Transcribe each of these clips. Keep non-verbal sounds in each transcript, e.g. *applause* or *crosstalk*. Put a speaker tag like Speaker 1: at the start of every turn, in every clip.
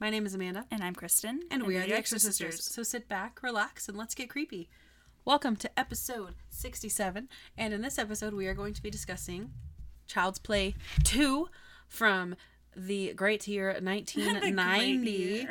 Speaker 1: My name is Amanda,
Speaker 2: And I'm Kristen.
Speaker 1: and, we are the Extra Sisters. So sit back, relax, and let's get creepy. Welcome to episode 67. And in this episode, we are going to be discussing Child's Play 2 from *laughs* the great year 1990.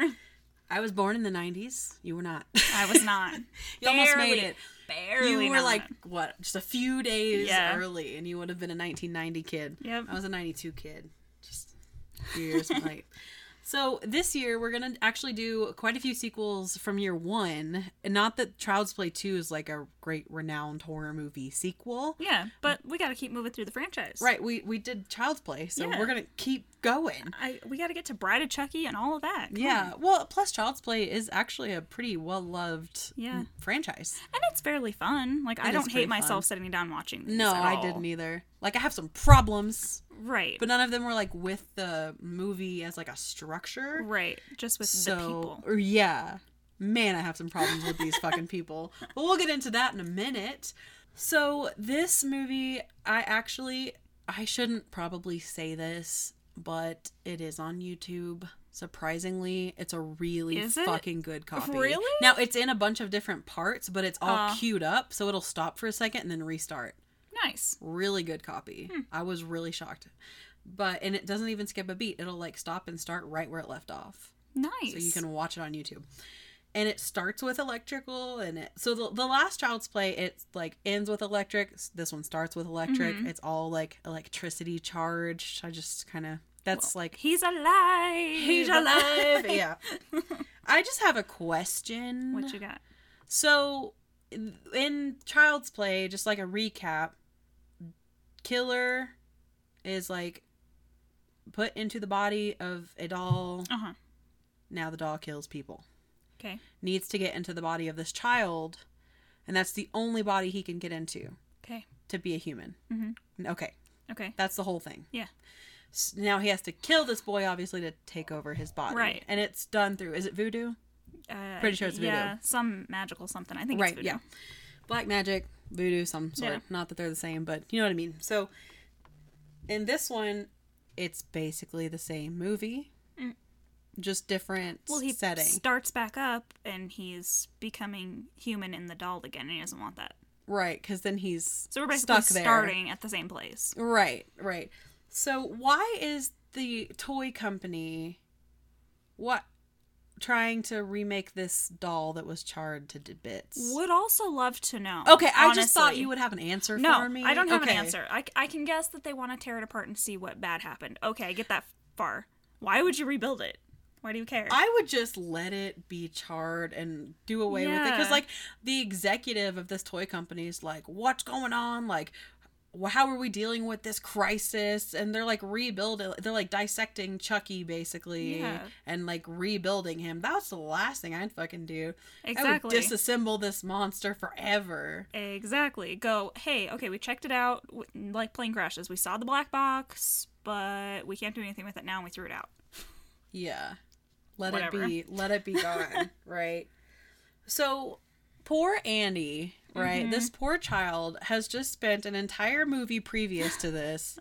Speaker 1: I was born in the 90s. You were *laughs* not.
Speaker 2: I was not.
Speaker 1: You almost made it.
Speaker 2: Barely.
Speaker 1: you were
Speaker 2: not.
Speaker 1: like what just a few days
Speaker 2: Yeah.
Speaker 1: early and you would have been a 1990 kid
Speaker 2: Yep.
Speaker 1: i was a 92 kid just a few years late *laughs* so this year we're gonna actually do quite a few sequels from year one and not that child's play 2 is like a great renowned horror movie sequel
Speaker 2: Yeah, but we got to keep moving through the franchise.
Speaker 1: right we we did child's play so
Speaker 2: Yeah.
Speaker 1: we're gonna keep going
Speaker 2: I we got to get to Bride of Chucky and all of that. Come on.
Speaker 1: yeah well plus child's play is actually a pretty well loved
Speaker 2: Yeah.
Speaker 1: franchise
Speaker 2: And it's fairly fun. Like I
Speaker 1: is
Speaker 2: don't
Speaker 1: pretty
Speaker 2: hate myself
Speaker 1: fun.
Speaker 2: sitting down watching these.
Speaker 1: no
Speaker 2: at
Speaker 1: i
Speaker 2: all.
Speaker 1: didn't either like i have some problems
Speaker 2: Right.
Speaker 1: but none of them were like with the movie as like a structure.
Speaker 2: right. Just with
Speaker 1: So
Speaker 2: the people.
Speaker 1: or, yeah, man, I have some problems with these fucking
Speaker 2: *laughs*
Speaker 1: people. But we'll get into that in a minute. So this movie, I actually I shouldn't probably say this, but it is on YouTube. Surprisingly, it's a really
Speaker 2: Is it?
Speaker 1: fucking good copy.
Speaker 2: Really?
Speaker 1: Now it's in a bunch of different parts, but it's all
Speaker 2: Aw.
Speaker 1: queued up, so it'll stop for a second and then restart
Speaker 2: Nice.
Speaker 1: really good copy. I was really shocked. But and it doesn't even skip a beat. It'll like stop and start right where it left off.
Speaker 2: Nice.
Speaker 1: So you can watch it on YouTube. And it starts with electrical and it so the, the last child's play it's like ends with electric. This one starts with electric. It's all like electricity charged. I just kind of that's like
Speaker 2: He's alive.
Speaker 1: *laughs*
Speaker 2: *laughs*
Speaker 1: he's alive. yeah. I just have a question.
Speaker 2: What you got?
Speaker 1: So, in Child's Play, just like a recap, killer is like put into the body of a doll.
Speaker 2: Uh huh.
Speaker 1: Now the doll kills people.
Speaker 2: Okay.
Speaker 1: Needs to get into the body of this child, and that's the only body he can get into
Speaker 2: Okay.
Speaker 1: to be a human.
Speaker 2: Mhm.
Speaker 1: Okay,
Speaker 2: Okay.
Speaker 1: that's the whole thing.
Speaker 2: Yeah.
Speaker 1: S- Now he has to kill this boy, obviously, to take over his body.
Speaker 2: Right.
Speaker 1: And it's done through, is it voodoo?
Speaker 2: Uh,
Speaker 1: Pretty sure it's voodoo.
Speaker 2: Yeah, some magical something. I think
Speaker 1: right
Speaker 2: it's voodoo.
Speaker 1: yeah black magic voodoo some sort
Speaker 2: Yeah.
Speaker 1: not that they're the same but you know what i mean so in this one it's basically the same movie just different
Speaker 2: Mm. Well, he
Speaker 1: setting
Speaker 2: starts back up and he's becoming human in the doll again, and he doesn't want that.
Speaker 1: right because then he's
Speaker 2: So we're basically
Speaker 1: stuck there
Speaker 2: starting at the same place.
Speaker 1: right right so why is the toy company what trying to remake this doll that was charred to d- bits
Speaker 2: Would also love to know.
Speaker 1: okay i just thought
Speaker 2: honestly.
Speaker 1: you would have an answer
Speaker 2: No,
Speaker 1: for me
Speaker 2: I don't have
Speaker 1: Okay.
Speaker 2: an answer. I, I can guess that they want to tear it apart and see what bad happened. Okay, I get that far. Why would you rebuild it? Why do you care?
Speaker 1: I would just let it be charred and do away with it because,
Speaker 2: Yeah.
Speaker 1: like, the executive of this toy company is like, "What's going on? Like, wh- how are we dealing with this crisis?" And they're like rebuilding. They're like dissecting Chucky basically
Speaker 2: Yeah.
Speaker 1: and like rebuilding him. That's the last thing I'd fucking do.
Speaker 2: Exactly.
Speaker 1: I would disassemble this monster forever.
Speaker 2: Exactly. Go, hey, okay, we checked it out, w- like plane crashes. We saw the black box, but we can't do anything with it now, and we threw it out.
Speaker 1: Yeah. Let
Speaker 2: Whatever.
Speaker 1: it be. Let it be
Speaker 2: *laughs*
Speaker 1: gone. right. So poor Andy, right? This
Speaker 2: Mm-hmm.
Speaker 1: poor child has just spent an entire movie previous to this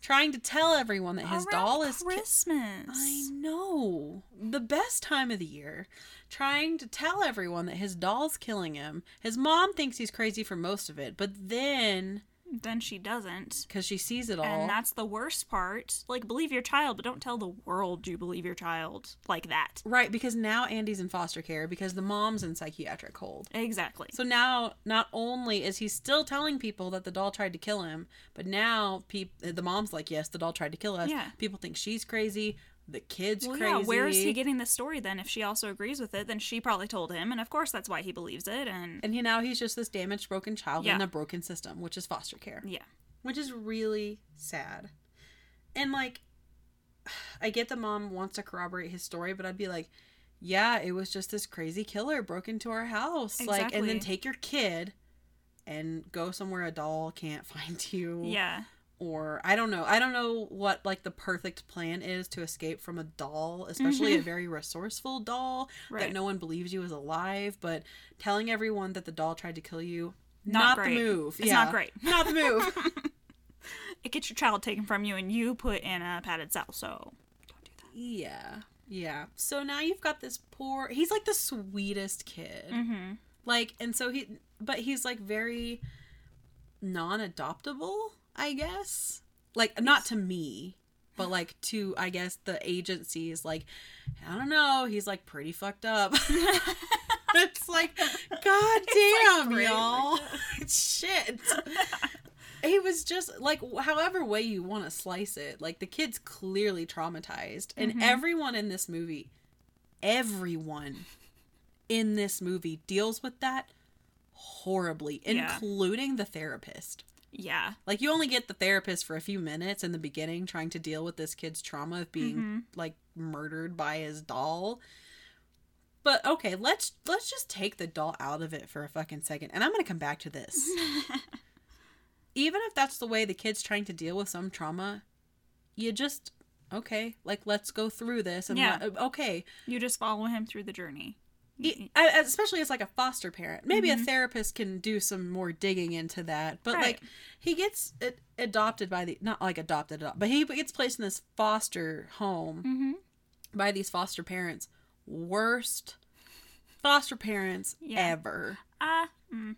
Speaker 1: trying to tell everyone that his
Speaker 2: Around
Speaker 1: doll is ki-
Speaker 2: Christmas.
Speaker 1: I know. The best time of the year. Trying to tell everyone that his doll's killing him. His mom thinks he's crazy for most of it, but then
Speaker 2: then she doesn't.
Speaker 1: cuz she sees it all.
Speaker 2: And that's the worst part. Like, believe your child, but don't tell the world you believe your child like that.
Speaker 1: right, because now Andy's in foster care because the mom's in psychiatric hold.
Speaker 2: Exactly.
Speaker 1: So now, not only is he still telling people that the doll tried to kill him, but now peop- the mom's like, "Yes, the doll tried to kill us."
Speaker 2: Yeah.
Speaker 1: People think she's crazy. The kid's
Speaker 2: well,
Speaker 1: crazy.
Speaker 2: yeah, where is he getting this story then? If she also agrees with it, then she probably told him, and of course that's why he believes it. And
Speaker 1: and he now he's just this damaged, broken child in
Speaker 2: Yeah.
Speaker 1: a broken system, which is foster care,
Speaker 2: yeah,
Speaker 1: which is really sad. And like, *sighs* I get the mom wants to corroborate his story, but I'd be like, "Yeah, it was just this crazy killer broke into our house, like, and then
Speaker 2: Exactly.
Speaker 1: take your kid." And go somewhere a doll can't *laughs* find you.
Speaker 2: yeah,
Speaker 1: or I don't know. I don't know what like the perfect plan is to escape from a doll, especially a very resourceful doll that
Speaker 2: Mm-hmm. Right.
Speaker 1: no one believes you is alive, but telling everyone that the doll tried to kill you
Speaker 2: Not great.
Speaker 1: the move.
Speaker 2: It's not great.
Speaker 1: Not the
Speaker 2: *laughs*
Speaker 1: move.
Speaker 2: it gets your child taken from you, and you put in a padded cell. So don't do that.
Speaker 1: yeah. Yeah. So now you've got this poor. He's like the sweetest kid.
Speaker 2: Mm-hmm.
Speaker 1: Like, and so he, but he's like very non-adoptable, I guess. Like, not to me, but like to I guess the agency is like, I don't know. He's like pretty fucked up. *laughs* it's
Speaker 2: *laughs*
Speaker 1: like, god damn,
Speaker 2: pretty
Speaker 1: y'all, *laughs* shit. He was just like, however way you want to slice it, like the kid's clearly traumatized, and everyone in this movie, everyone in this movie deals with that horribly,
Speaker 2: Yeah.
Speaker 1: including the therapist.
Speaker 2: Yeah.
Speaker 1: Like you only get the therapist for a few minutes in the beginning trying to deal with this kid's trauma of being
Speaker 2: Mm-hmm.
Speaker 1: like murdered by his doll. But okay, let's let's just take the doll out of it for a fucking second. And I'm going to come back to
Speaker 2: *laughs*
Speaker 1: this. Even if that's the way the kid's trying to deal with some trauma, you just okay, like let's go through this and
Speaker 2: Yeah.
Speaker 1: let- okay.
Speaker 2: You just follow him through the journey.
Speaker 1: E-
Speaker 2: Mm-hmm.
Speaker 1: I- especially as like a foster parent maybe a therapist can do some more digging into that but
Speaker 2: Right.
Speaker 1: like he gets ad- adopted by the not like adopted at all, but he gets placed in this foster home
Speaker 2: Mm-hmm.
Speaker 1: by these foster parents worst foster parents
Speaker 2: Yeah.
Speaker 1: ever
Speaker 2: Uh, mm,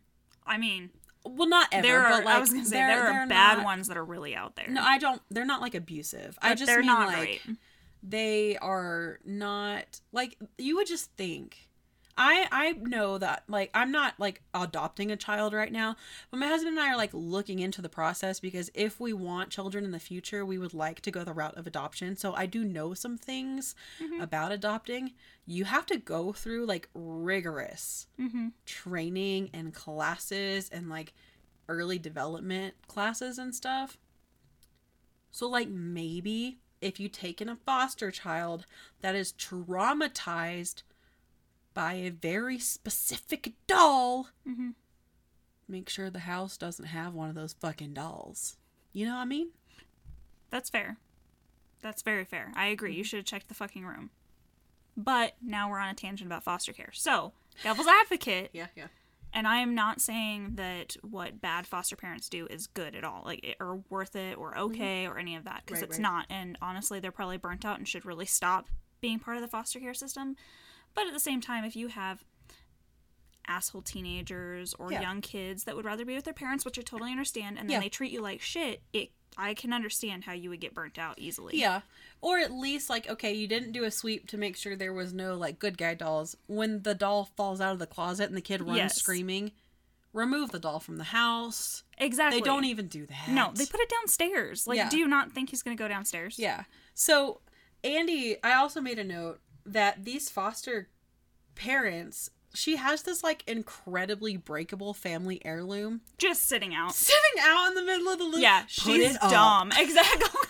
Speaker 2: I mean,
Speaker 1: well not ever
Speaker 2: there are.
Speaker 1: but like
Speaker 2: I was gonna say
Speaker 1: they're-
Speaker 2: there are
Speaker 1: they're
Speaker 2: bad
Speaker 1: not-
Speaker 2: ones that are really out there.
Speaker 1: no i don't they're not like abusive i
Speaker 2: but
Speaker 1: just
Speaker 2: they're
Speaker 1: mean
Speaker 2: not
Speaker 1: like
Speaker 2: great.
Speaker 1: they are not like you would just think i i know that like i'm not like adopting a child right now but my husband and i are like looking into the process because if we want children in the future we would like to go the route of adoption so i do know some things
Speaker 2: Mm-hmm.
Speaker 1: about adopting you have to go through like rigorous
Speaker 2: Mhm.
Speaker 1: training and classes and like early development classes and stuff so, like, maybe if you take in a foster child that is traumatized by a very specific doll,
Speaker 2: Mhm.
Speaker 1: make sure the house doesn't have one of those fucking dolls. You know what I mean?
Speaker 2: That's fair. That's very fair. I agree. You should have checked the fucking room. But now we're on a tangent about foster care. So, devil's advocate,
Speaker 1: Yeah, yeah.
Speaker 2: and I am not saying that what bad foster parents do is good at all, like it- or worth it or okay or any of that, because
Speaker 1: Mm-hmm. Right,
Speaker 2: it's
Speaker 1: right.
Speaker 2: not. And honestly, they're probably burnt out and should really stop being part of the foster care system. But at the same time, if you have asshole teenagers or
Speaker 1: Yeah.
Speaker 2: young kids that would rather be with their parents, which I totally understand, and then
Speaker 1: Yeah.
Speaker 2: they treat you like shit, it I can understand how you would get burnt out easily.
Speaker 1: Yeah. Or at least, like, okay, you didn't do a sweep to make sure there was no, like, good guy dolls. When the doll falls out of the closet and the kid runs
Speaker 2: Yes.
Speaker 1: screaming, remove the doll from the house.
Speaker 2: Exactly.
Speaker 1: They don't even do that.
Speaker 2: No, they put it downstairs. Like,
Speaker 1: Yeah.
Speaker 2: do you not think he's gonna go downstairs?
Speaker 1: Yeah. So, Andy, I also made a note that these foster parents, she has this like incredibly breakable family heirloom *laughs*
Speaker 2: Just sitting out.
Speaker 1: sitting out in the middle of the *laughs* loop.
Speaker 2: Yeah,
Speaker 1: Put
Speaker 2: she's
Speaker 1: it up.
Speaker 2: dumb.
Speaker 1: *laughs*
Speaker 2: *laughs* Exactly.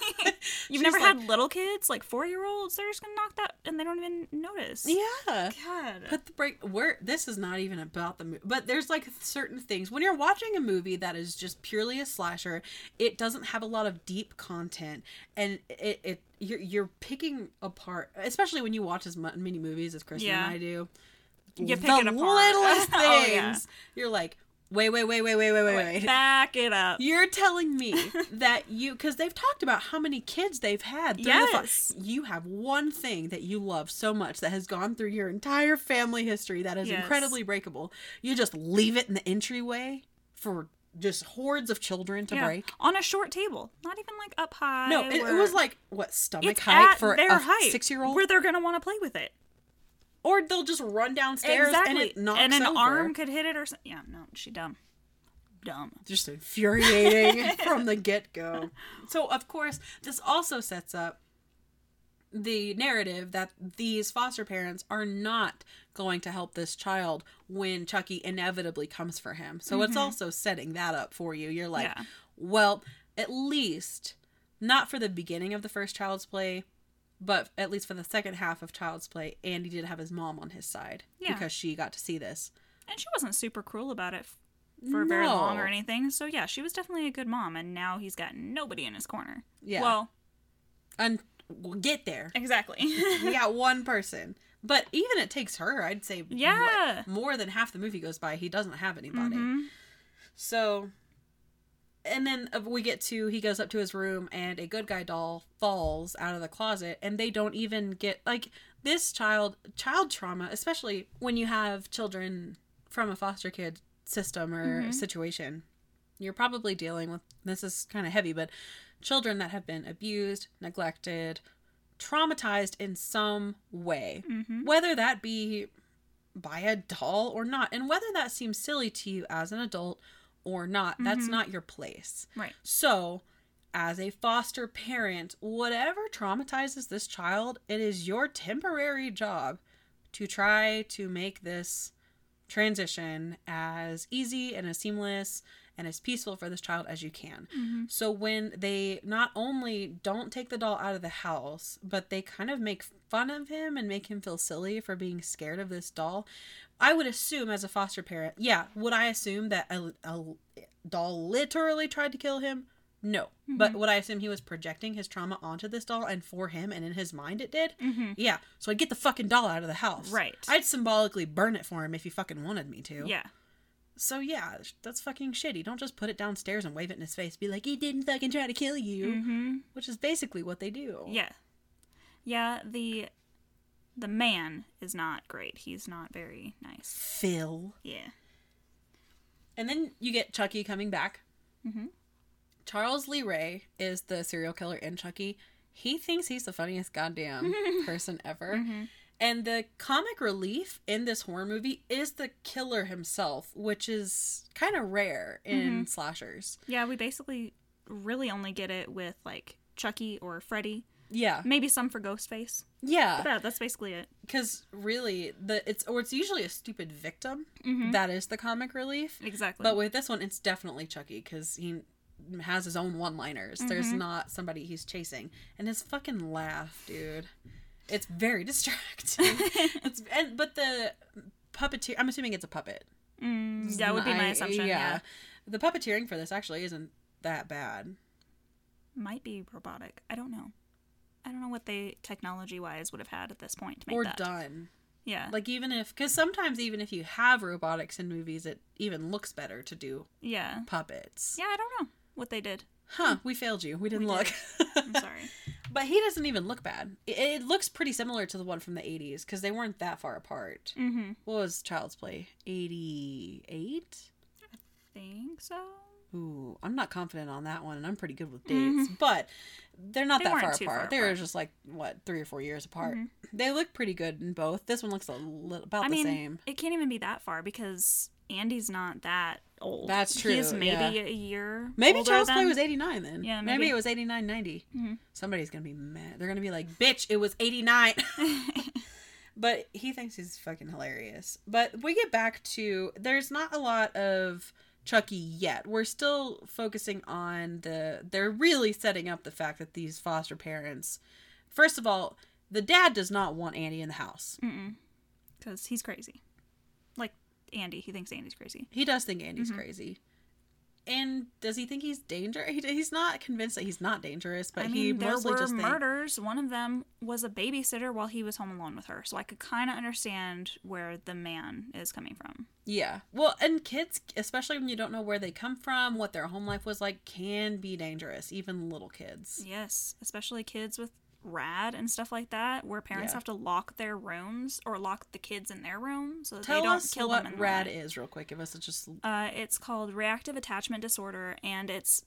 Speaker 2: You've
Speaker 1: She's
Speaker 2: never
Speaker 1: like-
Speaker 2: had little kids, like four year olds. They're just gonna knock that, and they don't even notice.
Speaker 1: Yeah.
Speaker 2: God.
Speaker 1: Put the break. Where this is not even about the movie, but there's like certain things when you're watching a movie that is just purely a slasher. It doesn't have a lot of deep content, and it, it you're you're picking apart, especially when you watch as mu- many movies as Kristen
Speaker 2: Yeah.
Speaker 1: and I do.
Speaker 2: You pick
Speaker 1: the
Speaker 2: it apart. *laughs*
Speaker 1: littlest things.
Speaker 2: Oh, yeah. *laughs*
Speaker 1: You're like, wait, wait, wait, wait, wait, wait, wait, wait.
Speaker 2: Back it up.
Speaker 1: You're telling me
Speaker 2: *laughs*
Speaker 1: that you, because they've talked about how many kids they've had. Through
Speaker 2: Yes.
Speaker 1: The fa- you have one thing that you love so much that has gone through your entire family history that is
Speaker 2: Yes.
Speaker 1: incredibly breakable. You just leave it in the entryway for just hordes of children to
Speaker 2: Yeah.
Speaker 1: break.
Speaker 2: On a short table, not even like up high.
Speaker 1: No, it, it
Speaker 2: where-
Speaker 1: was like what stomach
Speaker 2: it's
Speaker 1: height
Speaker 2: at
Speaker 1: for
Speaker 2: their
Speaker 1: a
Speaker 2: height,
Speaker 1: six-year-old,
Speaker 2: where they're gonna want to play with it.
Speaker 1: or they'll just run downstairs and
Speaker 2: exactly.
Speaker 1: it knocks
Speaker 2: an
Speaker 1: over.
Speaker 2: arm could hit it or something. Yeah, no, she dumb. Dumb.
Speaker 1: just *laughs* infuriating from the get go. So, of course, this also sets up the narrative that these foster parents are not going to help this child when Chucky inevitably comes for him. So, it's also setting that up for you. You're like,
Speaker 2: Yeah.
Speaker 1: well, at least not for the beginning of the first child's play. But at least for the second half of Child's Play, Andy did have his mom on his side
Speaker 2: Yeah.
Speaker 1: because she got to see this.
Speaker 2: And she wasn't super cruel about it f- for very long
Speaker 1: No.
Speaker 2: or anything. So yeah, she was definitely a good mom. And now he's got nobody in his corner.
Speaker 1: Yeah.
Speaker 2: Well,
Speaker 1: And we'll get there. *laughs*
Speaker 2: exactly. *laughs*
Speaker 1: we got one person. But even it takes her, I'd say, what,
Speaker 2: Yeah. Mm-hmm.
Speaker 1: more than half the movie goes by. He doesn't have anybody. So and then uh, we get to he goes up to his room and a good guy doll falls out of the closet and they don't even get like this child child trauma especially when you have children from a foster kid system or situation you're probably dealing with this is kind of heavy but children that have been abused neglected traumatized in some way
Speaker 2: Mm-hmm.
Speaker 1: whether that be by a doll or not and whether that seems silly to you as an adult or not that's not your place
Speaker 2: Right.
Speaker 1: so, as a foster parent, whatever traumatizes this child, it is your temporary job to try to make this transition as easy and as seamless and as peaceful for this child as you can.
Speaker 2: Mm-hmm.
Speaker 1: So, when they not only don't take the doll out of the house, but they kind of make fun of him and make him feel silly for being scared of this doll, I would assume as a foster parent, yeah, would I assume that a, a doll literally tried to kill him? No.
Speaker 2: Mm-hmm.
Speaker 1: But would I assume he was projecting his trauma onto this doll and for him and in his mind it did? Yeah. So I'd get the fucking doll out of the house.
Speaker 2: Mm-hmm. Right.
Speaker 1: I'd symbolically burn it for him if he fucking wanted me to.
Speaker 2: Yeah.
Speaker 1: So yeah, sh- that's fucking shitty. Don't just put it downstairs and wave it in his face. Be like, he didn't fucking try to kill you.
Speaker 2: Mm-hmm.
Speaker 1: Which is basically what they do.
Speaker 2: Yeah. Yeah, the the man is not great. He's not very nice.
Speaker 1: Phil.
Speaker 2: Yeah.
Speaker 1: And then you get Chucky coming back.
Speaker 2: Mhm.
Speaker 1: Charles Lee Ray is the serial killer in Chucky. He thinks he's the funniest goddamn person ever.
Speaker 2: Mm-hmm.
Speaker 1: And the comic relief in this horror movie is the killer himself, which is kind of rare in slashers.
Speaker 2: Yeah, we basically really only get it with like Chucky or Freddy.
Speaker 1: Yeah.
Speaker 2: Maybe some for Ghostface.
Speaker 1: Yeah.
Speaker 2: But that, that's basically it.
Speaker 1: because really the it's or it's usually a stupid victim
Speaker 2: Mhm.
Speaker 1: that is the comic relief
Speaker 2: Exactly.
Speaker 1: but with this one it's definitely chucky because he has his own one liners there's
Speaker 2: Mm-hmm.
Speaker 1: not somebody he's chasing and his fucking laugh dude it's very *laughs*
Speaker 2: *laughs*
Speaker 1: distracting it's and but the puppeteer i'm assuming it's a puppet
Speaker 2: Mm, that would be my
Speaker 1: I-
Speaker 2: assumption. Yeah.
Speaker 1: the puppeteering for this actually isn't that bad
Speaker 2: Might be robotic. I don't know. I don't know what they technology wise would have had at this point to make
Speaker 1: or
Speaker 2: that. Uh.
Speaker 1: done
Speaker 2: Yeah.
Speaker 1: like even if because sometimes even if you have robotics in movies it even looks better to do
Speaker 2: yeah.
Speaker 1: puppets
Speaker 2: Yeah, I don't know what they did.
Speaker 1: Huh, we failed you. We didn't
Speaker 2: We
Speaker 1: look.
Speaker 2: did.
Speaker 1: *laughs*
Speaker 2: Mm-hmm. I'm sorry.
Speaker 1: but he doesn't even look bad. It, it looks pretty similar to the one from the 80s because they weren't that far apart.
Speaker 2: mm-hmm.
Speaker 1: What was Child's Play? 88?
Speaker 2: Think so.
Speaker 1: Ooh, I'm not confident on that one, and I'm pretty good with dates, but they're not
Speaker 2: Mm-hmm. They
Speaker 1: that
Speaker 2: weren't
Speaker 1: far
Speaker 2: too
Speaker 1: apart.
Speaker 2: far
Speaker 1: They're
Speaker 2: apart. Mm-hmm.
Speaker 1: just like, what, three or four years apart. They look pretty good in both. This one looks a little, about
Speaker 2: I
Speaker 1: the
Speaker 2: mean,
Speaker 1: same.
Speaker 2: it can't even be that far because Andy's not that old.
Speaker 1: That's
Speaker 2: He's
Speaker 1: true,
Speaker 2: maybe
Speaker 1: yeah.
Speaker 2: a year.
Speaker 1: Maybe
Speaker 2: older
Speaker 1: Child's
Speaker 2: than...
Speaker 1: Play was 89 then.
Speaker 2: Yeah,
Speaker 1: maybe.
Speaker 2: maybe. Mm-hmm.
Speaker 1: it was 89, 90. Somebody's going to be mad. They're going to be like, bitch, it was
Speaker 2: *laughs*
Speaker 1: 89. *laughs* but he thinks he's fucking hilarious. But we get back to there's not a lot of Chucky yet. We're still focusing on the. They're really setting up the fact that these foster parents. First of all, the dad does not want Andy in the house.
Speaker 2: because he's crazy. Like Andy, he thinks Andy's crazy.
Speaker 1: He does think Andy's crazy. And does he think he's dangerous? He, he's not convinced that he's not dangerous, but
Speaker 2: I mean,
Speaker 1: he
Speaker 2: there
Speaker 1: mostly
Speaker 2: were
Speaker 1: just thinks.
Speaker 2: murders. One of them was a babysitter while he was home alone with her, so I could kind of understand where the man is coming from.
Speaker 1: Yeah. Well, and kids, especially when you don't know where they come from, what their home life was like, can be dangerous, even little kids.
Speaker 2: Yes, especially kids with rad and stuff like that, where parents
Speaker 1: Yeah.
Speaker 2: have to lock their rooms or lock the kids in their room so that
Speaker 1: Tell
Speaker 2: they don't
Speaker 1: us
Speaker 2: kill
Speaker 1: what
Speaker 2: them. In the
Speaker 1: rad
Speaker 2: night.
Speaker 1: is, real quick. Give us a just.
Speaker 2: Uh, it's called reactive attachment disorder, and it's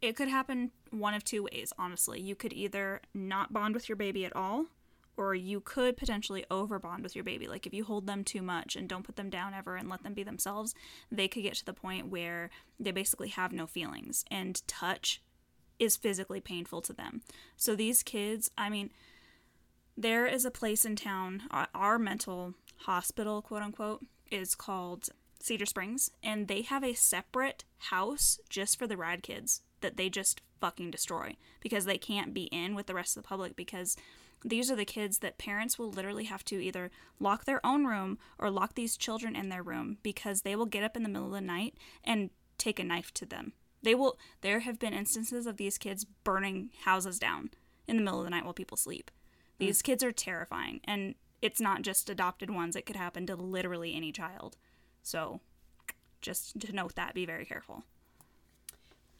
Speaker 2: it could happen one of two ways. Honestly, you could either not bond with your baby at all, or you could potentially over bond with your baby. Like if you hold them too much and don't put them down ever and let them be themselves, they could get to the point where they basically have no feelings and touch is physically painful to them. So these kids, I mean, there is a place in town, our, our mental hospital, quote unquote, is called Cedar Springs, and they have a separate house just for the rad kids that they just fucking destroy because they can't be in with the rest of the public because these are the kids that parents will literally have to either lock their own room or lock these children in their room because they will get up in the middle of the night and take a knife to them. They will there have been instances of these kids burning houses down in the middle of the night while people sleep. These
Speaker 1: Mm.
Speaker 2: kids are terrifying, and it's not just adopted ones, it could happen to literally any child. So just to note that, be very careful.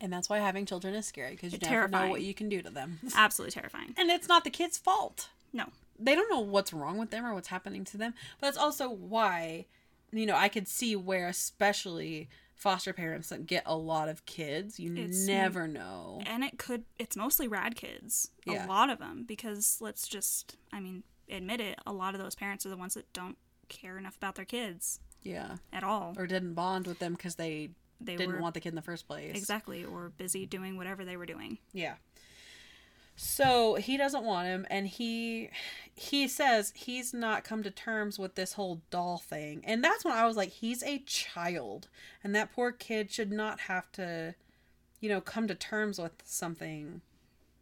Speaker 1: And that's why having children is scary because you
Speaker 2: It's
Speaker 1: never know
Speaker 2: terrifying.
Speaker 1: what you can do to them.
Speaker 2: Absolutely terrifying.
Speaker 1: And it's not the kid's fault.
Speaker 2: No.
Speaker 1: They don't know what's wrong with them or what's happening to them. But that's also why, you know, I could see where especially foster parents that get a lot of kids, you
Speaker 2: It's-
Speaker 1: never know.
Speaker 2: And it could, it's mostly rad kids.
Speaker 1: Yeah.
Speaker 2: A lot of them, because let's just, I mean, admit it, a lot of those parents are the ones that don't care enough about their kids
Speaker 1: Yeah.
Speaker 2: at all.
Speaker 1: Or didn't bond with them because they
Speaker 2: They
Speaker 1: didn't
Speaker 2: were
Speaker 1: want the kid in the first place.
Speaker 2: exactly or busy doing whatever they were doing.
Speaker 1: Yeah. So he doesn't want him and he he says he's not come to terms with this whole doll thing. And that's when I was like he's a child and that poor kid should not have to you know come to terms with something.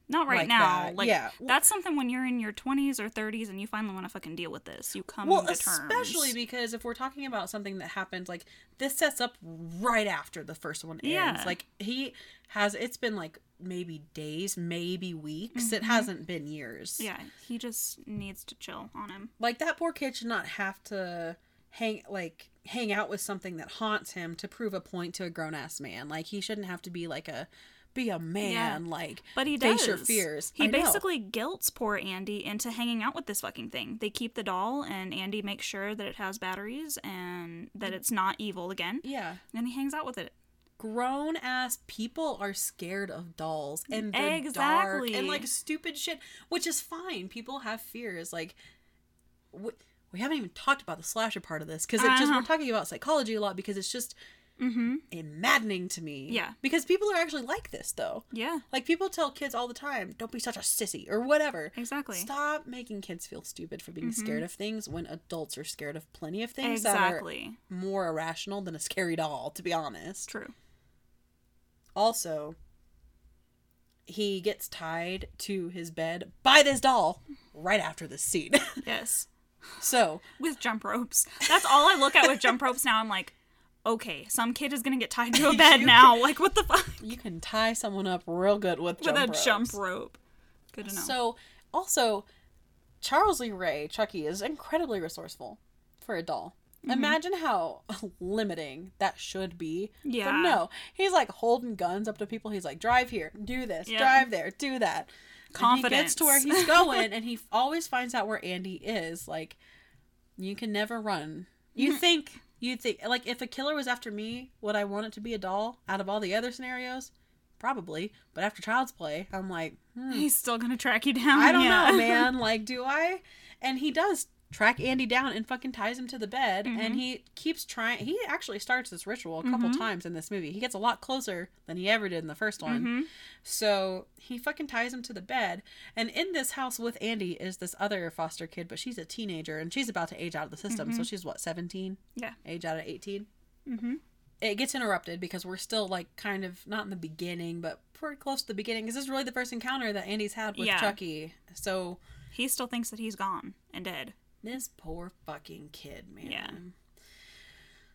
Speaker 2: Not right
Speaker 1: Like
Speaker 2: now.
Speaker 1: that,
Speaker 2: Like
Speaker 1: yeah.
Speaker 2: that's something when you're in your 20s or 30s and you finally want to fucking deal with this. You come
Speaker 1: Well,
Speaker 2: to terms.
Speaker 1: especially because if we're talking about something that happened like this sets up right after the first one ends.
Speaker 2: Yeah.
Speaker 1: Like he has it's been like maybe days, maybe weeks. It hasn't been years.
Speaker 2: Mm-hmm. Yeah, he just needs to chill on him.
Speaker 1: like that poor kid should not have to hang like hang out with something that haunts him to prove a point to a grown ass man. Like he shouldn't have to be like a be a man. Like
Speaker 2: But he does.
Speaker 1: face your fears. I
Speaker 2: He
Speaker 1: know.
Speaker 2: basically guilts poor Andy into hanging out with this fucking thing. They keep the doll, and Andy makes sure that it has batteries and that it's not evil again.
Speaker 1: yeah.
Speaker 2: And he hangs out with it.
Speaker 1: Grown ass people are scared of dolls and the dark
Speaker 2: Exactly.
Speaker 1: and like stupid shit, which is fine. People have fears. Like we, we haven't even talked about the slasher part of this because it just we're
Speaker 2: Uh-huh.
Speaker 1: talking about psychology a lot because it's just
Speaker 2: Mm-hmm.
Speaker 1: maddening to me.
Speaker 2: Yeah.
Speaker 1: because people are actually like this though.
Speaker 2: Yeah,
Speaker 1: Like people tell kids all the time, don't be such a sissy or whatever.
Speaker 2: exactly. Mm-hmm.
Speaker 1: Stop making kids feel stupid for being scared of things when adults are scared of plenty of things
Speaker 2: Exactly.
Speaker 1: that are more irrational than a scary doll, to be honest.
Speaker 2: True.
Speaker 1: Also, he gets tied to his bed by this doll right after this scene. *laughs*
Speaker 2: Yes.
Speaker 1: so,
Speaker 2: With jump ropes. That's all I look at with jump ropes now. I'm like, okay, some kid is going to get
Speaker 1: *laughs*
Speaker 2: tied to a bed now. Like, what the fuck?
Speaker 1: you can tie someone up real good with
Speaker 2: With
Speaker 1: jump
Speaker 2: a
Speaker 1: ropes.
Speaker 2: jump rope. Good to know.
Speaker 1: So, also, Charles Lee Ray, Chucky, is incredibly resourceful for a doll.
Speaker 2: Mm-hmm.
Speaker 1: Imagine how *laughs* limiting that should be. But
Speaker 2: Yeah.
Speaker 1: no, he's like holding guns up to people. He's like, drive here, do this,
Speaker 2: Yeah.
Speaker 1: drive there, do that. And he gets to where
Speaker 2: Confidence.
Speaker 1: he's *laughs* going, and he f- always finds out where Andy is. Like, you can never run. You think, you think, like, if a killer was after me, would I want it to be a doll out of all the other scenarios? Probably. But after Child's Play, I'm like,
Speaker 2: He's still going to track you down. *laughs*
Speaker 1: I don't
Speaker 2: yeah.
Speaker 1: know, man. Like, do I? And he does track Andy down and fucking ties him to the bed. And he keeps trying. He actually starts this ritual a couple times in this movie. He gets a lot closer than he ever did in the first one. So he fucking ties him to the bed. And in this house with Andy is this other foster kid, but she's a teenager and she's about to age out of the system. So she's what, 17?
Speaker 2: Yeah.
Speaker 1: age out of 18. It gets interrupted because we're still like kind of not in the beginning, but pretty close to the beginning. 'cause This is really the first encounter that Andy's had with
Speaker 2: Yeah.
Speaker 1: Chucky. So
Speaker 2: He still thinks that he's gone and dead.
Speaker 1: this poor fucking kid, man.
Speaker 2: Yeah.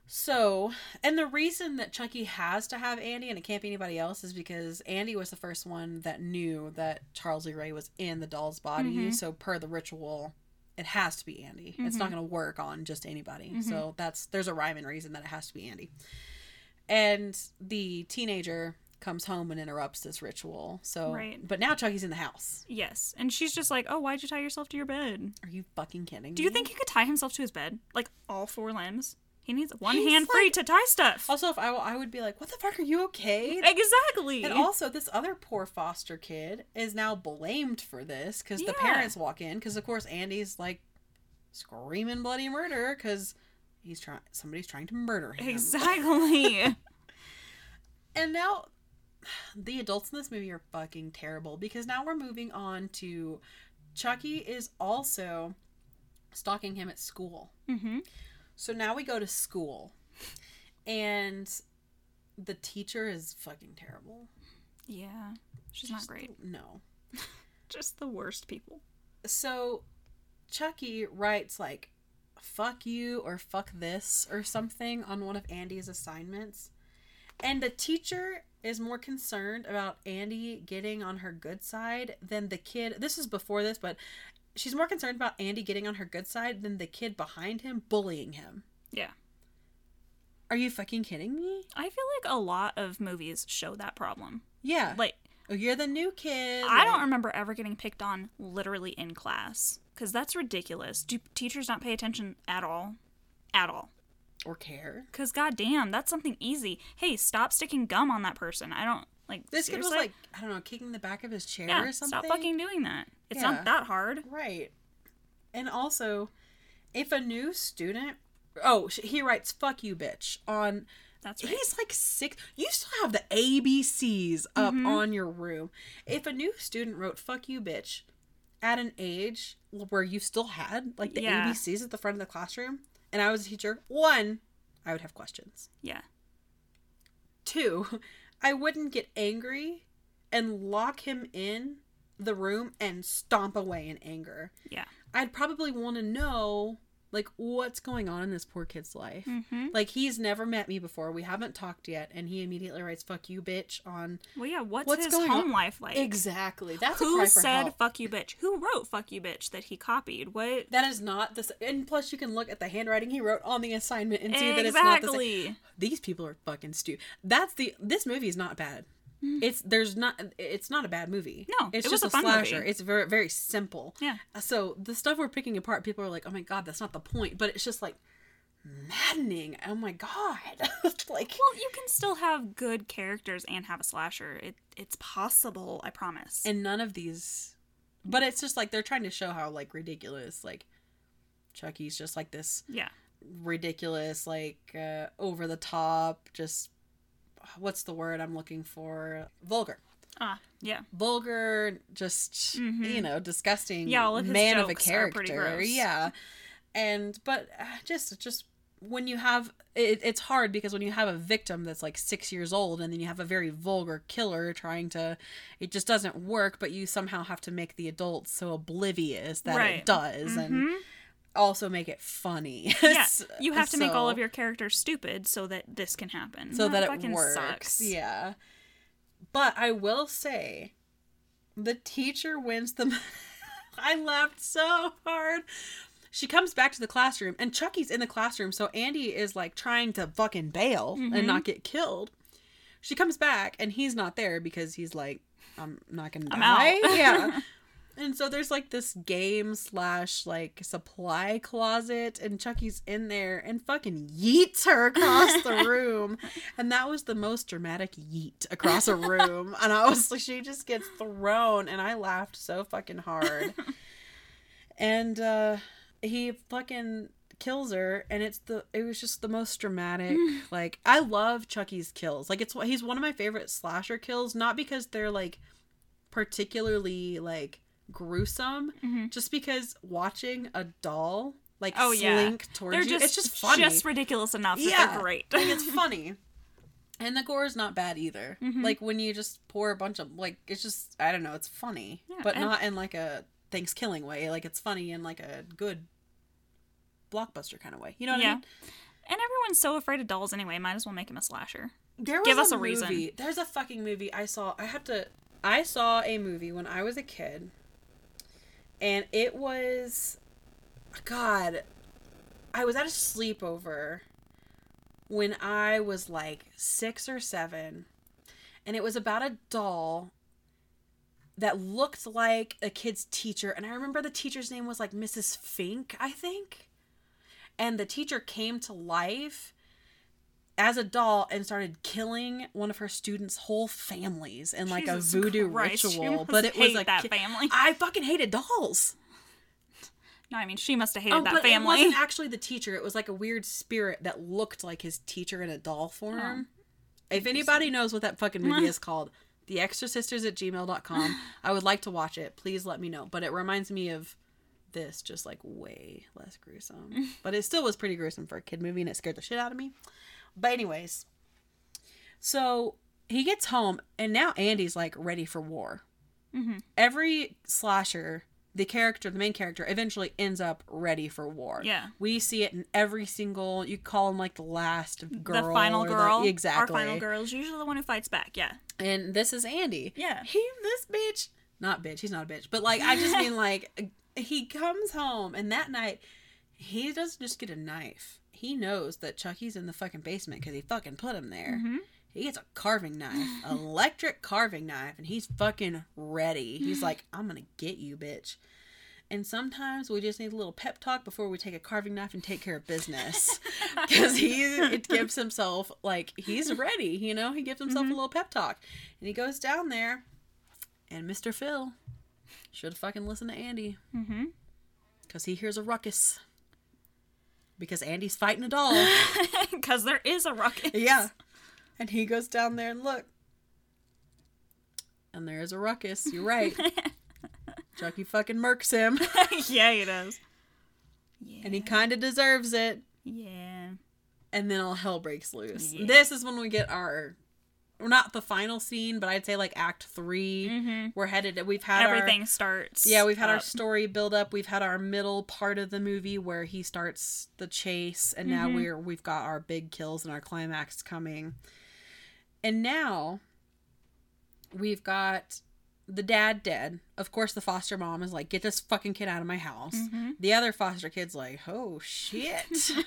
Speaker 1: So, and the reason that Chucky has to have Andy and it can't be anybody else is because Andy was the first one that knew that Charles Lee Ray was in the doll's body.
Speaker 2: Mm-hmm.
Speaker 1: So, per the ritual, it has to be Andy. It's
Speaker 2: Mm-hmm.
Speaker 1: not going to work on just anybody. So, that's there's a rhyme and reason that it has to be Andy. And the teenager comes home and interrupts this ritual. So,
Speaker 2: Right.
Speaker 1: but now Chucky's in the house.
Speaker 2: Yes. And she's just like, oh, why'd you tie yourself to your bed?
Speaker 1: Are you fucking kidding
Speaker 2: Do
Speaker 1: me?
Speaker 2: you think he could tie himself to his bed? Like all four limbs? He needs one
Speaker 1: He's
Speaker 2: hand free
Speaker 1: like-
Speaker 2: to tie stuff.
Speaker 1: Also, if I, w- I would be like, what the fuck, are you okay?
Speaker 2: Exactly.
Speaker 1: And
Speaker 2: *laughs*
Speaker 1: also, this other poor foster kid is now blamed for this because the
Speaker 2: Yeah.
Speaker 1: parents walk in because, of course, Andy's like screaming bloody murder because he's trying somebody's trying to murder him.
Speaker 2: exactly.
Speaker 1: And now, *sighs* the adults in this movie are fucking terrible because now we're moving on to Chucky is also stalking him at school.
Speaker 2: hmm
Speaker 1: So now we go to school, and the teacher is fucking terrible.
Speaker 2: Yeah. She's not great.
Speaker 1: No.
Speaker 2: Just the worst people.
Speaker 1: so Chucky writes like fuck you or fuck this or something on one of Andy's assignments. And the teacher is more concerned about Andy getting on her good side than the kid. This is before this, but she's more concerned about Andy getting on her good side than the kid behind him bullying him.
Speaker 2: Yeah.
Speaker 1: Are Are you fucking kidding me?
Speaker 2: I feel like a lot of movies show that problem.
Speaker 1: Yeah.
Speaker 2: Like,
Speaker 1: oh, you're the new kid.
Speaker 2: I
Speaker 1: like-
Speaker 2: don't remember ever getting picked on literally in class because that's ridiculous. Do teachers not pay attention at all? At all.
Speaker 1: or care.
Speaker 2: Because goddamn, that's something easy. Hey, stop sticking gum on that person. I don't like.
Speaker 1: This kid
Speaker 2: seriously?
Speaker 1: was like, I don't know, kicking the back of his chair
Speaker 2: yeah,
Speaker 1: or something.
Speaker 2: stop fucking doing that. It's
Speaker 1: Yeah.
Speaker 2: not that hard.
Speaker 1: Right. And also, if a new student, oh, sh- he writes "fuck you, bitch" on.
Speaker 2: That's right.
Speaker 1: He's like six. You still have the ABCs up
Speaker 2: Mm-hmm.
Speaker 1: on your room. If a new student wrote "fuck you, bitch" at an age where you still had like the
Speaker 2: Yeah.
Speaker 1: ABCs at the front of the classroom, and I was a teacher, one, I would have questions.
Speaker 2: Yeah.
Speaker 1: Two, *laughs* I wouldn't get angry and lock him in the room and stomp away in anger.
Speaker 2: Yeah.
Speaker 1: I'd probably want to know like what's going on in this poor kid's life.
Speaker 2: Mm-hmm.
Speaker 1: Like he's never met me before. We haven't talked yet, and he immediately writes "fuck you, bitch" on
Speaker 2: Well, yeah. What's,
Speaker 1: What's
Speaker 2: his
Speaker 1: going
Speaker 2: home
Speaker 1: on?
Speaker 2: life like?
Speaker 1: exactly. That's a
Speaker 2: Who
Speaker 1: cry for
Speaker 2: said
Speaker 1: help.
Speaker 2: "fuck you, bitch"? Who wrote "fuck you, bitch" that he copied? What?
Speaker 1: That is not this. And plus, you can look at the handwriting he wrote on the assignment and see that it's not the same.
Speaker 2: exactly.
Speaker 1: These people are fucking stupid. That's the. This movie is not bad. It's there's not. It's not a bad movie.
Speaker 2: Mm. No,
Speaker 1: it's
Speaker 2: it was
Speaker 1: just
Speaker 2: a fun
Speaker 1: slasher.
Speaker 2: movie.
Speaker 1: It's very very simple.
Speaker 2: Yeah.
Speaker 1: So the stuff we're picking apart, people are like, "Oh my god, that's not the point," but it's just like maddening. Oh my god, *laughs* like
Speaker 2: Well, you can still have good characters and have a slasher. It it's possible. I promise.
Speaker 1: and none of these. But it's just like they're trying to show how like ridiculous like Chucky's just like this
Speaker 2: yeah.
Speaker 1: ridiculous like uh, over the top just what's the word I'm looking for vulgar
Speaker 2: Ah. Yeah.
Speaker 1: vulgar, just you know, disgusting
Speaker 2: Mm-hmm. Yeah, all of his
Speaker 1: man of a
Speaker 2: jokes are pretty
Speaker 1: character.
Speaker 2: gross.
Speaker 1: Yeah, and but uh, just just when you have it, it's hard because when you have a victim that's like six years old and then you have a very vulgar killer trying to it just doesn't work but you somehow have to make the adults so oblivious that it
Speaker 2: Right. Mm-hmm.
Speaker 1: does and also make it funny *laughs*
Speaker 2: Yeah. You have to make all
Speaker 1: your
Speaker 2: of your characters stupid so that this can happen.
Speaker 1: so that, it
Speaker 2: fucking
Speaker 1: works.
Speaker 2: Sucks.
Speaker 1: Yeah. But I will say, the teacher wins the. *laughs* I laughed so hard. She comes back to the classroom, and Chucky's in the classroom, so Andy is like trying to fucking bail
Speaker 2: Mm-hmm.
Speaker 1: and not get killed. She comes back, and he's not there because he's like, I'm not gonna
Speaker 2: I'm
Speaker 1: die.
Speaker 2: out.
Speaker 1: *laughs*
Speaker 2: *laughs*
Speaker 1: yeah. And so there's like this game slash like supply closet, and Chucky's in there and fucking yeets her across the
Speaker 2: *laughs*
Speaker 1: room. And that was the most dramatic yeet across a room. And I was like, she just gets thrown. And I laughed so fucking
Speaker 2: *laughs*
Speaker 1: hard. and uh, he fucking kills her and it's the it was just the most
Speaker 2: *laughs*
Speaker 1: dramatic like i love chucky's kills like it's wh- he's one of my favorite slasher kills not because they're like particularly like gruesome just because watching a doll like
Speaker 2: Mm-hmm. Oh yeah.
Speaker 1: slink towards
Speaker 2: they're
Speaker 1: you
Speaker 2: just
Speaker 1: it's just funny
Speaker 2: just ridiculous enough that
Speaker 1: Yeah.
Speaker 2: they're great.
Speaker 1: like
Speaker 2: *laughs*
Speaker 1: it's funny and the gore is not bad either
Speaker 2: Mm-hmm.
Speaker 1: like when you just pour a bunch of like it's just i don't know it's funny
Speaker 2: Yeah,
Speaker 1: but
Speaker 2: and-
Speaker 1: not in like a thanksgiving way like it's funny in like a good blockbuster kind of way you know what i
Speaker 2: yeah.
Speaker 1: mean
Speaker 2: And everyone's so afraid of dolls anyway. Might as well make him a slasher.
Speaker 1: There was
Speaker 2: Give us a
Speaker 1: movie.
Speaker 2: reason.
Speaker 1: There's a fucking movie I saw. I have to. I saw a movie when I was a kid, and it was, God, I was at a sleepover when I was like six or seven, and it was about a doll that looked like a kid's teacher, and I remember the teacher's name was like Mrs. Fink, I think, and the teacher came to life as a doll and started killing one of her students' whole families in like
Speaker 2: Jesus
Speaker 1: a voodoo
Speaker 2: Christ, *laughs* she
Speaker 1: ritual.
Speaker 2: must
Speaker 1: But it was
Speaker 2: hate
Speaker 1: like
Speaker 2: that family.
Speaker 1: I fucking hated dolls.
Speaker 2: No, I mean she must have hated that
Speaker 1: Oh, but
Speaker 2: family.
Speaker 1: it wasn't actually the teacher. It was like a weird spirit that looked like his teacher in a doll form.
Speaker 2: Oh,
Speaker 1: if anybody knows what that fucking movie is called, the extra sisters at
Speaker 2: *sighs*
Speaker 1: gmail.com. I would like to watch it. Please let me know. But it reminds me of this, just like way less
Speaker 2: *laughs*
Speaker 1: gruesome. but it still was pretty gruesome for a kid movie and it scared the shit out of me. But anyways, so he gets home and now Andy's like ready for war.
Speaker 2: Mm-hmm.
Speaker 1: Every slasher, the character, the main character, eventually ends up ready for war.
Speaker 2: Yeah.
Speaker 1: we see it in every single. You call him like the last girl,
Speaker 2: *laughs* the final
Speaker 1: or the-
Speaker 2: girl.
Speaker 1: exactly.
Speaker 2: Our final girl is usually the one who fights back. Yeah. *laughs*
Speaker 1: And this is Andy.
Speaker 2: Yeah.
Speaker 1: he this bitch. Not bitch. He's not a bitch. But like I just mean like he comes home and that night he doesn't just get a knife. he knows that Chucky's in the fucking basement because he fucking put him there. He gets a carving knife, electric carving knife, and he's fucking ready. He's like, I'm gonna get you, bitch. And sometimes we just need a little pep talk before we take a carving knife and take care of business. *laughs* Because he it gives himself, like, he's ready, you know? He gives himself a little pep talk. And he goes down there, and Mr. Phil should fucking listen to Andy.
Speaker 2: Mm-hmm.
Speaker 1: Because he hears a ruckus. Because Andy's fighting a doll.
Speaker 2: Because there is a ruckus.
Speaker 1: yeah. And he goes down there and look. And there is a ruckus. You're right. Chucky fucking murks him.
Speaker 2: *laughs* yeah, it is. Yeah.
Speaker 1: And he kind of deserves it.
Speaker 2: yeah.
Speaker 1: And then all hell breaks loose.
Speaker 2: Yeah.
Speaker 1: This is when we get our. Well, not the final scene, but I'd say like act 3
Speaker 2: Mhm.
Speaker 1: We're headed. We've had our-
Speaker 2: Everything starts.
Speaker 1: Yeah, we've had our
Speaker 2: up.
Speaker 1: story build up. We've had our middle part of the movie where he starts the chase, and now
Speaker 2: Mm-hmm.
Speaker 1: we're we've got our big kills and our climax coming. And now we've got the dad dead. Of course, the foster mom is like, "Get this fucking kid out of my house."
Speaker 2: Mm-hmm.
Speaker 1: The other foster kid's like, "Oh shit."
Speaker 2: *laughs*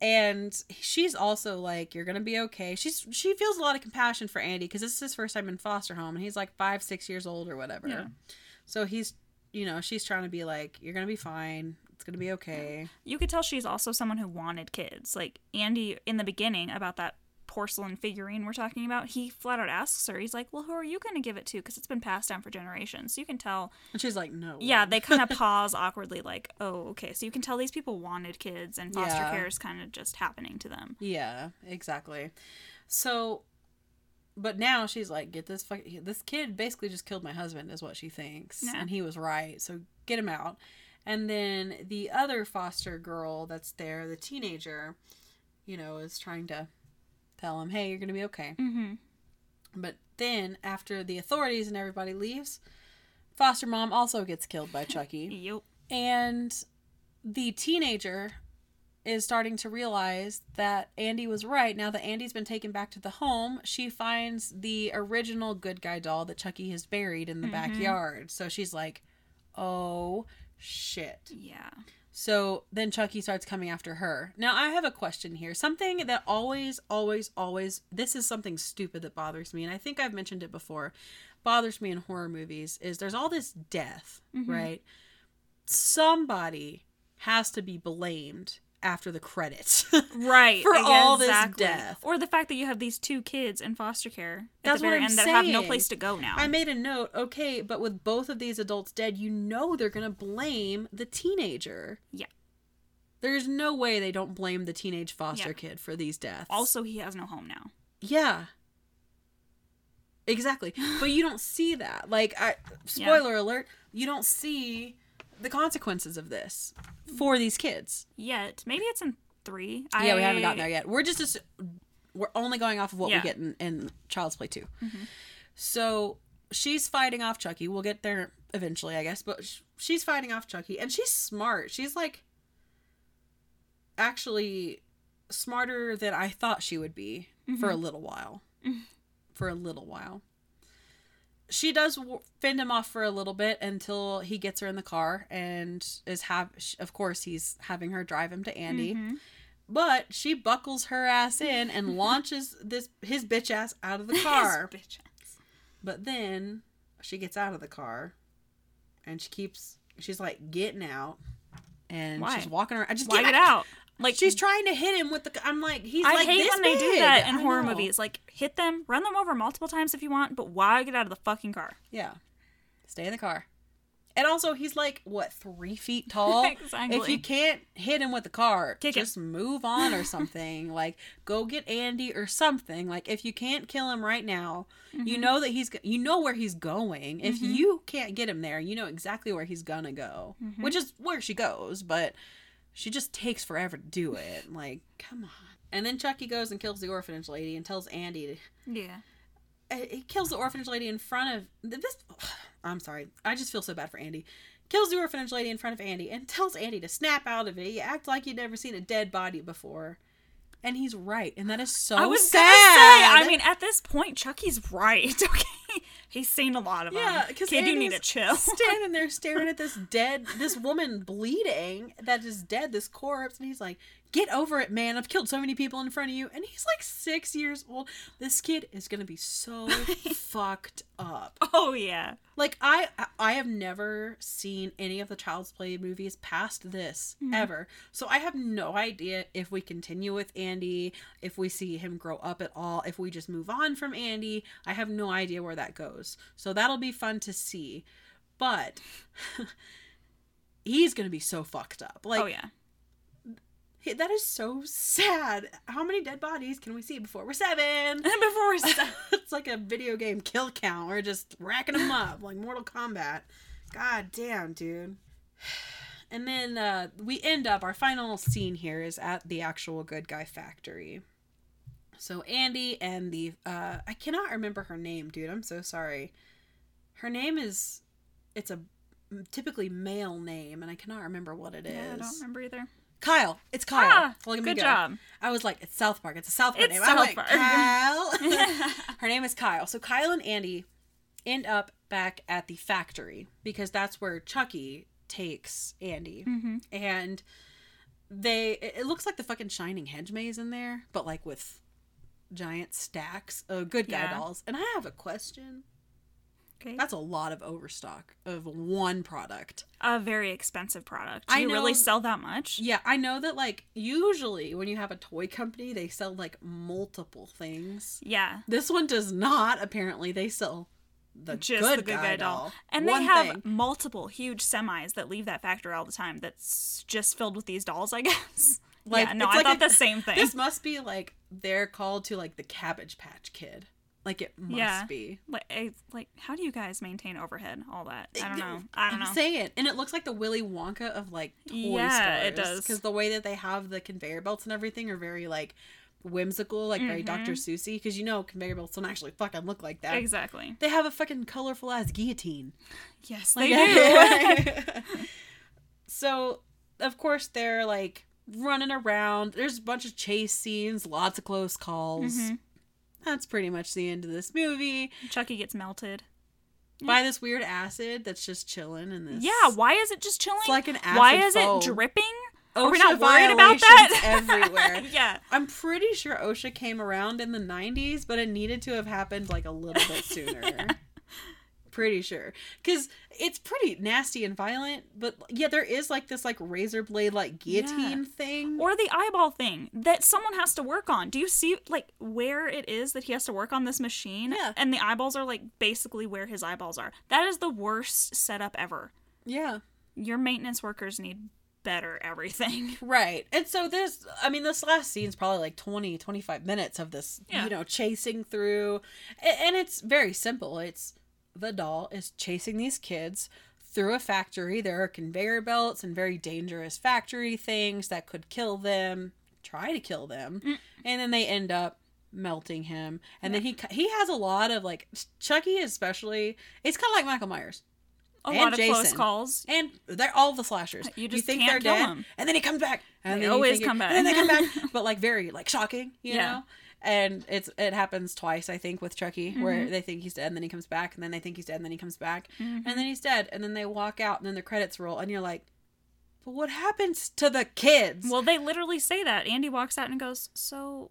Speaker 1: and she's also like you're gonna be okay she's she feels a lot of compassion for andy because this is his first time in foster home and he's like five six years old or whatever
Speaker 2: Yeah.
Speaker 1: so he's you know she's trying to be like you're gonna be fine it's gonna be okay
Speaker 2: You could tell she's also someone who wanted kids. Like Andy in the beginning about that porcelain figurine we're talking about, he flat out asks her, he's like, Well, who are you going to give it to? Because it's been passed down for generations. So you can tell.
Speaker 1: and she's like no
Speaker 2: Yeah, they
Speaker 1: *laughs*
Speaker 2: kind of pause awkwardly, like, Oh, okay. So you can tell these people wanted kids and foster
Speaker 1: Yeah.
Speaker 2: care is kind of just happening to them.
Speaker 1: yeah exactly so but now she's like get this fuck this kid basically just killed my husband is what she thinks
Speaker 2: Yeah.
Speaker 1: and he was right so get him out and then the other foster girl that's there the teenager you know is trying to tell him hey you're gonna be okay
Speaker 2: Mm-hmm.
Speaker 1: But then, after the authorities and everybody leaves, foster mom also gets killed by Chucky.
Speaker 2: Yep.
Speaker 1: And the teenager is starting to realize that Andy was right. Now that Andy's been taken back to the home, she finds the original good guy doll that Chucky has buried in the backyard. So she's like, oh shit.
Speaker 2: Yeah.
Speaker 1: So then Chucky starts coming after her. Now I have a question here. Something that always, always, always this is something stupid that bothers me, and I think I've mentioned it before, bothers me in horror movies is there's all this death,
Speaker 2: Mm-hmm.
Speaker 1: right? Somebody has to be blamed after the credits. *laughs*
Speaker 2: Right.
Speaker 1: For all this
Speaker 2: exactly.
Speaker 1: death.
Speaker 2: Or the fact that you have these two kids in foster care at
Speaker 1: That's
Speaker 2: the
Speaker 1: what
Speaker 2: very
Speaker 1: I'm
Speaker 2: end that have no
Speaker 1: saying.
Speaker 2: place to go now.
Speaker 1: I made a note, okay, but with both of these adults dead, you know they're gonna blame the teenager.
Speaker 2: yeah.
Speaker 1: There's no way they don't blame the teenage foster
Speaker 2: Yeah.
Speaker 1: kid for these deaths.
Speaker 2: Also, he has no home now.
Speaker 1: Yeah. Exactly. But you don't see that. Like I spoiler alert, you don't see the consequences of this for these kids.
Speaker 2: yet. Maybe it's in three.
Speaker 1: Yeah, we haven't gotten
Speaker 2: I-
Speaker 1: there yet. We're just, just we're only going off of what we
Speaker 2: Yeah. Mm-hmm.
Speaker 1: get in, in Child's Play 2. So she's fighting off Chucky. We'll get there eventually, I guess. But sh- she's fighting off Chucky, and she's smart. She's like actually smarter than I thought she would be for a
Speaker 2: Mm-hmm.
Speaker 1: little while. For a little while. She does w- fend him off for a little bit until he gets her in the car and is have. Of course, he's having her drive him to Andy.
Speaker 2: Mm-hmm.
Speaker 1: But she buckles her ass in
Speaker 2: *laughs*
Speaker 1: and launches this his bitch ass out of the car.
Speaker 2: His bitch ass.
Speaker 1: But then she gets out of the car and she keeps she's like getting out and
Speaker 2: Why?
Speaker 1: she's walking around. I just
Speaker 2: Why get out? Like
Speaker 1: She's trying to hit him with the I'm like he's
Speaker 2: I
Speaker 1: like
Speaker 2: hate
Speaker 1: this
Speaker 2: when they do
Speaker 1: big.
Speaker 2: that in
Speaker 1: I
Speaker 2: horror
Speaker 1: know.
Speaker 2: movies. Like hit them, run them over multiple times if you want, but why get out of the fucking car?
Speaker 1: Yeah. Stay in the car. And also he's like what 3 feet tall. If
Speaker 2: *laughs* Exactly.
Speaker 1: you can't hit him with the car,
Speaker 2: Kick him.
Speaker 1: just move on or something. *laughs* like go get Andy or something. Like if you can't kill him right now,
Speaker 2: Mm-hmm.
Speaker 1: you know that he's go- you know where he's going. If you can't get him there, you know exactly where he's gonna go,
Speaker 2: Mm-hmm.
Speaker 1: which is where she goes, but she just takes forever to do it. Like come on. And then Chucky goes and kills the orphanage lady and tells Andy to
Speaker 2: Yeah.
Speaker 1: uh, he kills the orphanage lady in front of th- this *sighs* i'm sorry i just feel so bad for andy kills the orphanage lady in front of andy and tells andy to snap out of it you act like you'd never seen a dead body before and he's right and that is so
Speaker 2: I was
Speaker 1: sad
Speaker 2: gonna say. I mean, at this point, Chucky's right. *laughs* Okay, he's seen a lot of
Speaker 1: yeah
Speaker 2: them.
Speaker 1: because
Speaker 2: kid, you need to chill.
Speaker 1: *laughs* standing there staring at this dead this woman bleeding that is dead this corpse and he's like Get over it, man. I've killed so many people in front of you. And he's like six years old. This kid is going to be
Speaker 2: *laughs*
Speaker 1: so fucked up.
Speaker 2: *laughs* Oh yeah.
Speaker 1: Like, I I have never seen any of the Child's Play movies past this
Speaker 2: Mm-hmm.
Speaker 1: ever. So I have no idea if we continue with Andy, if we see him grow up at all, if we just move on from Andy. I have no idea where that goes. So that'll be fun to see. But *laughs* he's going to be so fucked up. Like,
Speaker 2: oh yeah. *laughs*
Speaker 1: Hey, That is so sad. How many dead bodies can we see before we're seven? *laughs*
Speaker 2: Before we start,
Speaker 1: it's like a video game kill count. We're just racking them up like Mortal Kombat. God damn, dude. *sighs* And then uh, we end up, our final scene here is at the actual good guy factory. So Andy and the, uh, I cannot remember her name, dude. I'm so sorry. Her name is, it's a typically male name, and I cannot remember what it is.
Speaker 2: yeah, I don't remember either.
Speaker 1: Kyle. It's Kyle.
Speaker 2: Ah,
Speaker 1: Look at me
Speaker 2: good
Speaker 1: go. *laughs*
Speaker 2: job. *laughs*
Speaker 1: I was like, it's South Park. It's a South Park
Speaker 2: It's
Speaker 1: name. I'm like,
Speaker 2: South Park. *laughs*
Speaker 1: Kyle. *laughs*
Speaker 2: Mm-hmm.
Speaker 1: Her name is Kyle. So Kyle and Andy end up back at the factory because that's where Chucky takes Andy. And they, it it looks like the fucking Shining Hedge Maze in there, but like with giant stacks of good guy
Speaker 2: Yeah.
Speaker 1: dolls. And I have a question.
Speaker 2: Okay.
Speaker 1: That's a lot of overstock of one product.
Speaker 2: a very expensive product. Do
Speaker 1: I
Speaker 2: you
Speaker 1: know-
Speaker 2: really sell that much?
Speaker 1: Yeah, I know that like usually when you have a toy company, they sell like multiple things.
Speaker 2: Yeah.
Speaker 1: This one does not. Apparently, they sell the
Speaker 2: Just
Speaker 1: good,
Speaker 2: the good
Speaker 1: guy, doll.
Speaker 2: And
Speaker 1: One
Speaker 2: they have
Speaker 1: thing.
Speaker 2: multiple huge semis that leave that factory all the time that's just filled with these dolls, I *laughs* guess.
Speaker 1: Like,
Speaker 2: yeah, no,
Speaker 1: it's
Speaker 2: I
Speaker 1: like
Speaker 2: thought
Speaker 1: a-
Speaker 2: the same
Speaker 1: *laughs*
Speaker 2: thing.
Speaker 1: This must be like they're called to like the Cabbage Patch Kid. Like it must
Speaker 2: Yeah.
Speaker 1: be.
Speaker 2: Like, I- like, how do you guys maintain overhead? All that. I
Speaker 1: *laughs*
Speaker 2: don't know. I
Speaker 1: I'm
Speaker 2: don't know.
Speaker 1: saying, and it looks like the Willy Wonka of like toy
Speaker 2: Yeah, it does.
Speaker 1: because the way that they have the conveyor belts and everything are very like whimsical, like very Dr.
Speaker 2: Mm-hmm.
Speaker 1: Susie. Because you know conveyor belts don't actually fucking look like that.
Speaker 2: exactly.
Speaker 1: They have a fucking colorful ass guillotine.
Speaker 2: Yes, they do. *laughs*
Speaker 1: *laughs* so, of course, they're like running around. There's a bunch of chase scenes, lots of close calls.
Speaker 2: Mm-hmm.
Speaker 1: That's pretty much the end of this movie.
Speaker 2: *laughs*
Speaker 1: *laughs*
Speaker 2: Chucky gets melted.
Speaker 1: By this weird acid that's just chilling in this.
Speaker 2: Yeah, why is it just chilling?
Speaker 1: like an
Speaker 2: Why
Speaker 1: acid
Speaker 2: is
Speaker 1: foam.
Speaker 2: it dripping?
Speaker 1: OSHA
Speaker 2: Are we not worried about that? *laughs*
Speaker 1: violations everywhere.
Speaker 2: yeah.
Speaker 1: I'm pretty sure OSHA came around in the 90s, but it needed to have happened like a little bit
Speaker 2: *laughs*
Speaker 1: sooner. pretty sure. Cuz it's pretty nasty and violent, but yeah, there is like this like razor blade like guillotine thing.
Speaker 2: Or the eyeball thing that someone has to work on. Do you see like where it is that he has to work on this machine?
Speaker 1: Yeah.
Speaker 2: And the eyeballs are like basically where his eyeballs are. That is the worst setup ever.
Speaker 1: yeah.
Speaker 2: Your maintenance workers need better everything. *laughs*
Speaker 1: Right. And so this I mean this last scene's probably like 20 25 minutes of this,
Speaker 2: Yeah.
Speaker 1: you know, chasing through A- and it's very simple. It's the doll is chasing these kids through a factory. There are conveyor belts and very dangerous factory things that could kill them, try to kill them. And then they end up melting him. And then he cu- he has a lot of like Chucky especially. It's kind of like Michael Myers
Speaker 2: A
Speaker 1: And
Speaker 2: lot of close
Speaker 1: Jason.
Speaker 2: calls.
Speaker 1: and they're all the slashers.
Speaker 2: You just can't kill 'em.
Speaker 1: and then he comes back, and
Speaker 2: They
Speaker 1: then you
Speaker 2: always
Speaker 1: think it-
Speaker 2: come back.
Speaker 1: and then they come back, but like very like shocking, you
Speaker 2: Yeah.
Speaker 1: know. And it's it happens twice, I think, with Chucky,
Speaker 2: Mm-hmm.
Speaker 1: where they think he's dead, and then he comes back, and then they think he's dead, and then he comes back, and then he's dead, and then they walk out, and then the credits roll, and you're like, but what happens to the kids?
Speaker 2: Well, they literally say that. Andy walks out and goes, So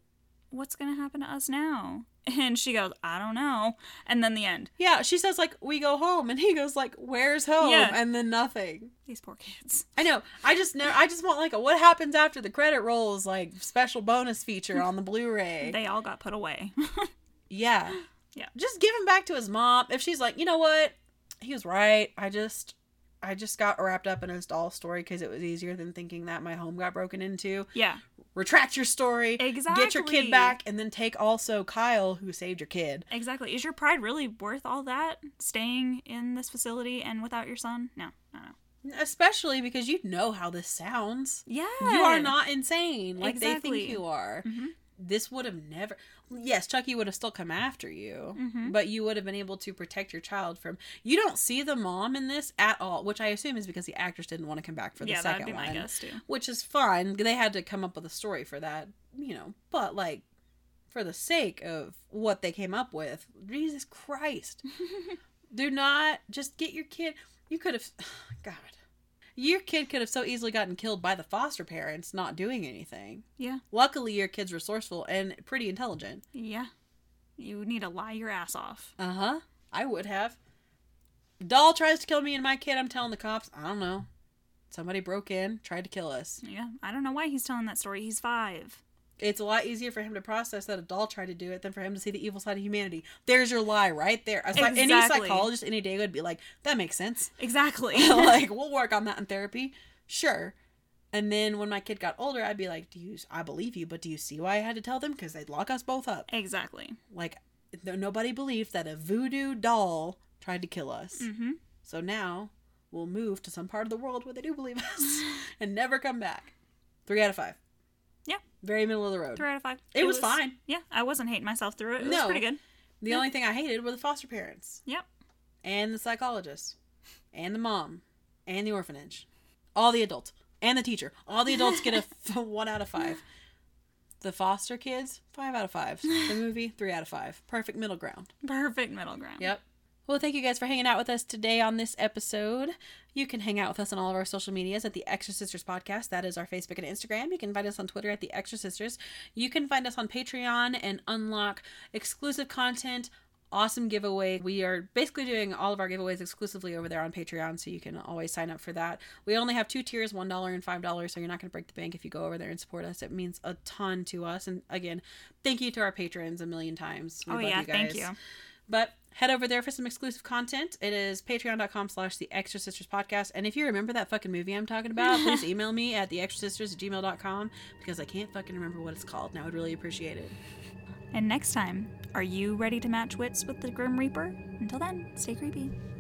Speaker 2: what's gonna happen to us now? *laughs* And she goes, I don't know. And then the end.
Speaker 1: yeah, she says like we go home, and he goes like where's home,
Speaker 2: Yeah.
Speaker 1: and then nothing.
Speaker 2: These poor kids.
Speaker 1: I know. I just know. I just want like a what happens after the credit rolls like special bonus feature on the Blu-ray.
Speaker 2: They all got put away. *laughs*
Speaker 1: Yeah.
Speaker 2: *gasps* Yeah.
Speaker 1: Just give him back to his mom. If she's like, you know what? He was right. I just I just got wrapped up in his doll story because it was easier than thinking that my home got broken into.
Speaker 2: yeah.
Speaker 1: Retract your story. Get your kid
Speaker 2: Exactly.
Speaker 1: back and then take also Kyle who saved your kid.
Speaker 2: Exactly. Is your pride really worth all that? Staying in this facility and without your son? No, no, no.
Speaker 1: Especially because you know how this sounds.
Speaker 2: Yeah.
Speaker 1: You are not insane like they
Speaker 2: Exactly.
Speaker 1: think you are.
Speaker 2: Mm-hmm,
Speaker 1: This would have never. Yes, Chucky would have still come after you,
Speaker 2: mm-hmm.
Speaker 1: but you would have been able to protect your child from. You don't see the mom in this at all, which I assume is because the actress didn't want to come back for the
Speaker 2: Yeah, that'd
Speaker 1: second
Speaker 2: be my
Speaker 1: one,
Speaker 2: guess too.
Speaker 1: which is fine. They had to come up with a story for that, you know. But like, for the sake of what they came up with, Jesus
Speaker 2: *laughs*
Speaker 1: Christ, do not just get your kid. You could have, *sighs* God. Your kid could have so easily gotten killed by the foster parents not doing anything.
Speaker 2: Yeah.
Speaker 1: Luckily, your kid's resourceful and pretty intelligent.
Speaker 2: Yeah. You need to lie your ass off.
Speaker 1: Uh huh. I would have. Doll tries to kill me and my kid. I'm telling the cops. I don't know. Somebody broke in, tried to kill us.
Speaker 2: Yeah. I don't know why he's telling that story. He's five.
Speaker 1: It's a lot easier for him to process that a doll tried to do it than for him to see the evil side of humanity. There's your lie right there. A psy- Any
Speaker 2: Exactly.
Speaker 1: psychologist any day would be like, that makes sense. *laughs*
Speaker 2: Exactly.
Speaker 1: like, we'll work on that in therapy. Sure. And then when my kid got older, I'd be like, do you, I believe you, but do you see why I had to tell them? Because they'd lock us both up.
Speaker 2: exactly.
Speaker 1: Like, th- nobody believed that a voodoo doll tried to kill us.
Speaker 2: Mm-hmm.
Speaker 1: So now we'll move to some part of the world where they do believe us *laughs* and never come back. Three out of five.
Speaker 2: Yeah.
Speaker 1: Very middle of the road.
Speaker 2: Three out of five.
Speaker 1: It was fine.
Speaker 2: Yeah. I wasn't hating myself through it. It
Speaker 1: No.
Speaker 2: was pretty good.
Speaker 1: The only thing I hated were the foster parents
Speaker 2: Yep.
Speaker 1: and the psychologist and the mom and the orphanage. All the adults and the teacher. All the adults
Speaker 2: *laughs*
Speaker 1: get a f- one out of five. The foster kids, five out of five. The movie, three out of five. Perfect middle ground.
Speaker 2: Perfect middle ground.
Speaker 1: Yep. Well, thank you guys for hanging out with us today on this episode. You can hang out with us on all of our social medias at the Extra Sisters Podcast. That is our Facebook and Instagram. You can find us on Twitter at the Extra Sisters. You can find us on Patreon and unlock exclusive content. Awesome giveaway. We are basically doing all of our giveaways exclusively over there on Patreon, so you can always sign up for that. We only have two tiers $1 and $5, so you're not going to break the bank if you go over there and support us. It means a ton to us. And again, thank you to our patrons a million times. We
Speaker 2: Oh,
Speaker 1: love
Speaker 2: yeah.
Speaker 1: you
Speaker 2: Thank
Speaker 1: guys.
Speaker 2: you.
Speaker 1: But head over there for some exclusive content. It is patreon.com slash the Extra Sisters Podcast. And if you remember that fucking movie I'm talking about, please email me at the extra sisters at gmail.com because I can't fucking remember what it's called and I would really appreciate it.
Speaker 2: And next time, are you ready to match wits with the Grim Reaper? Until then, stay creepy.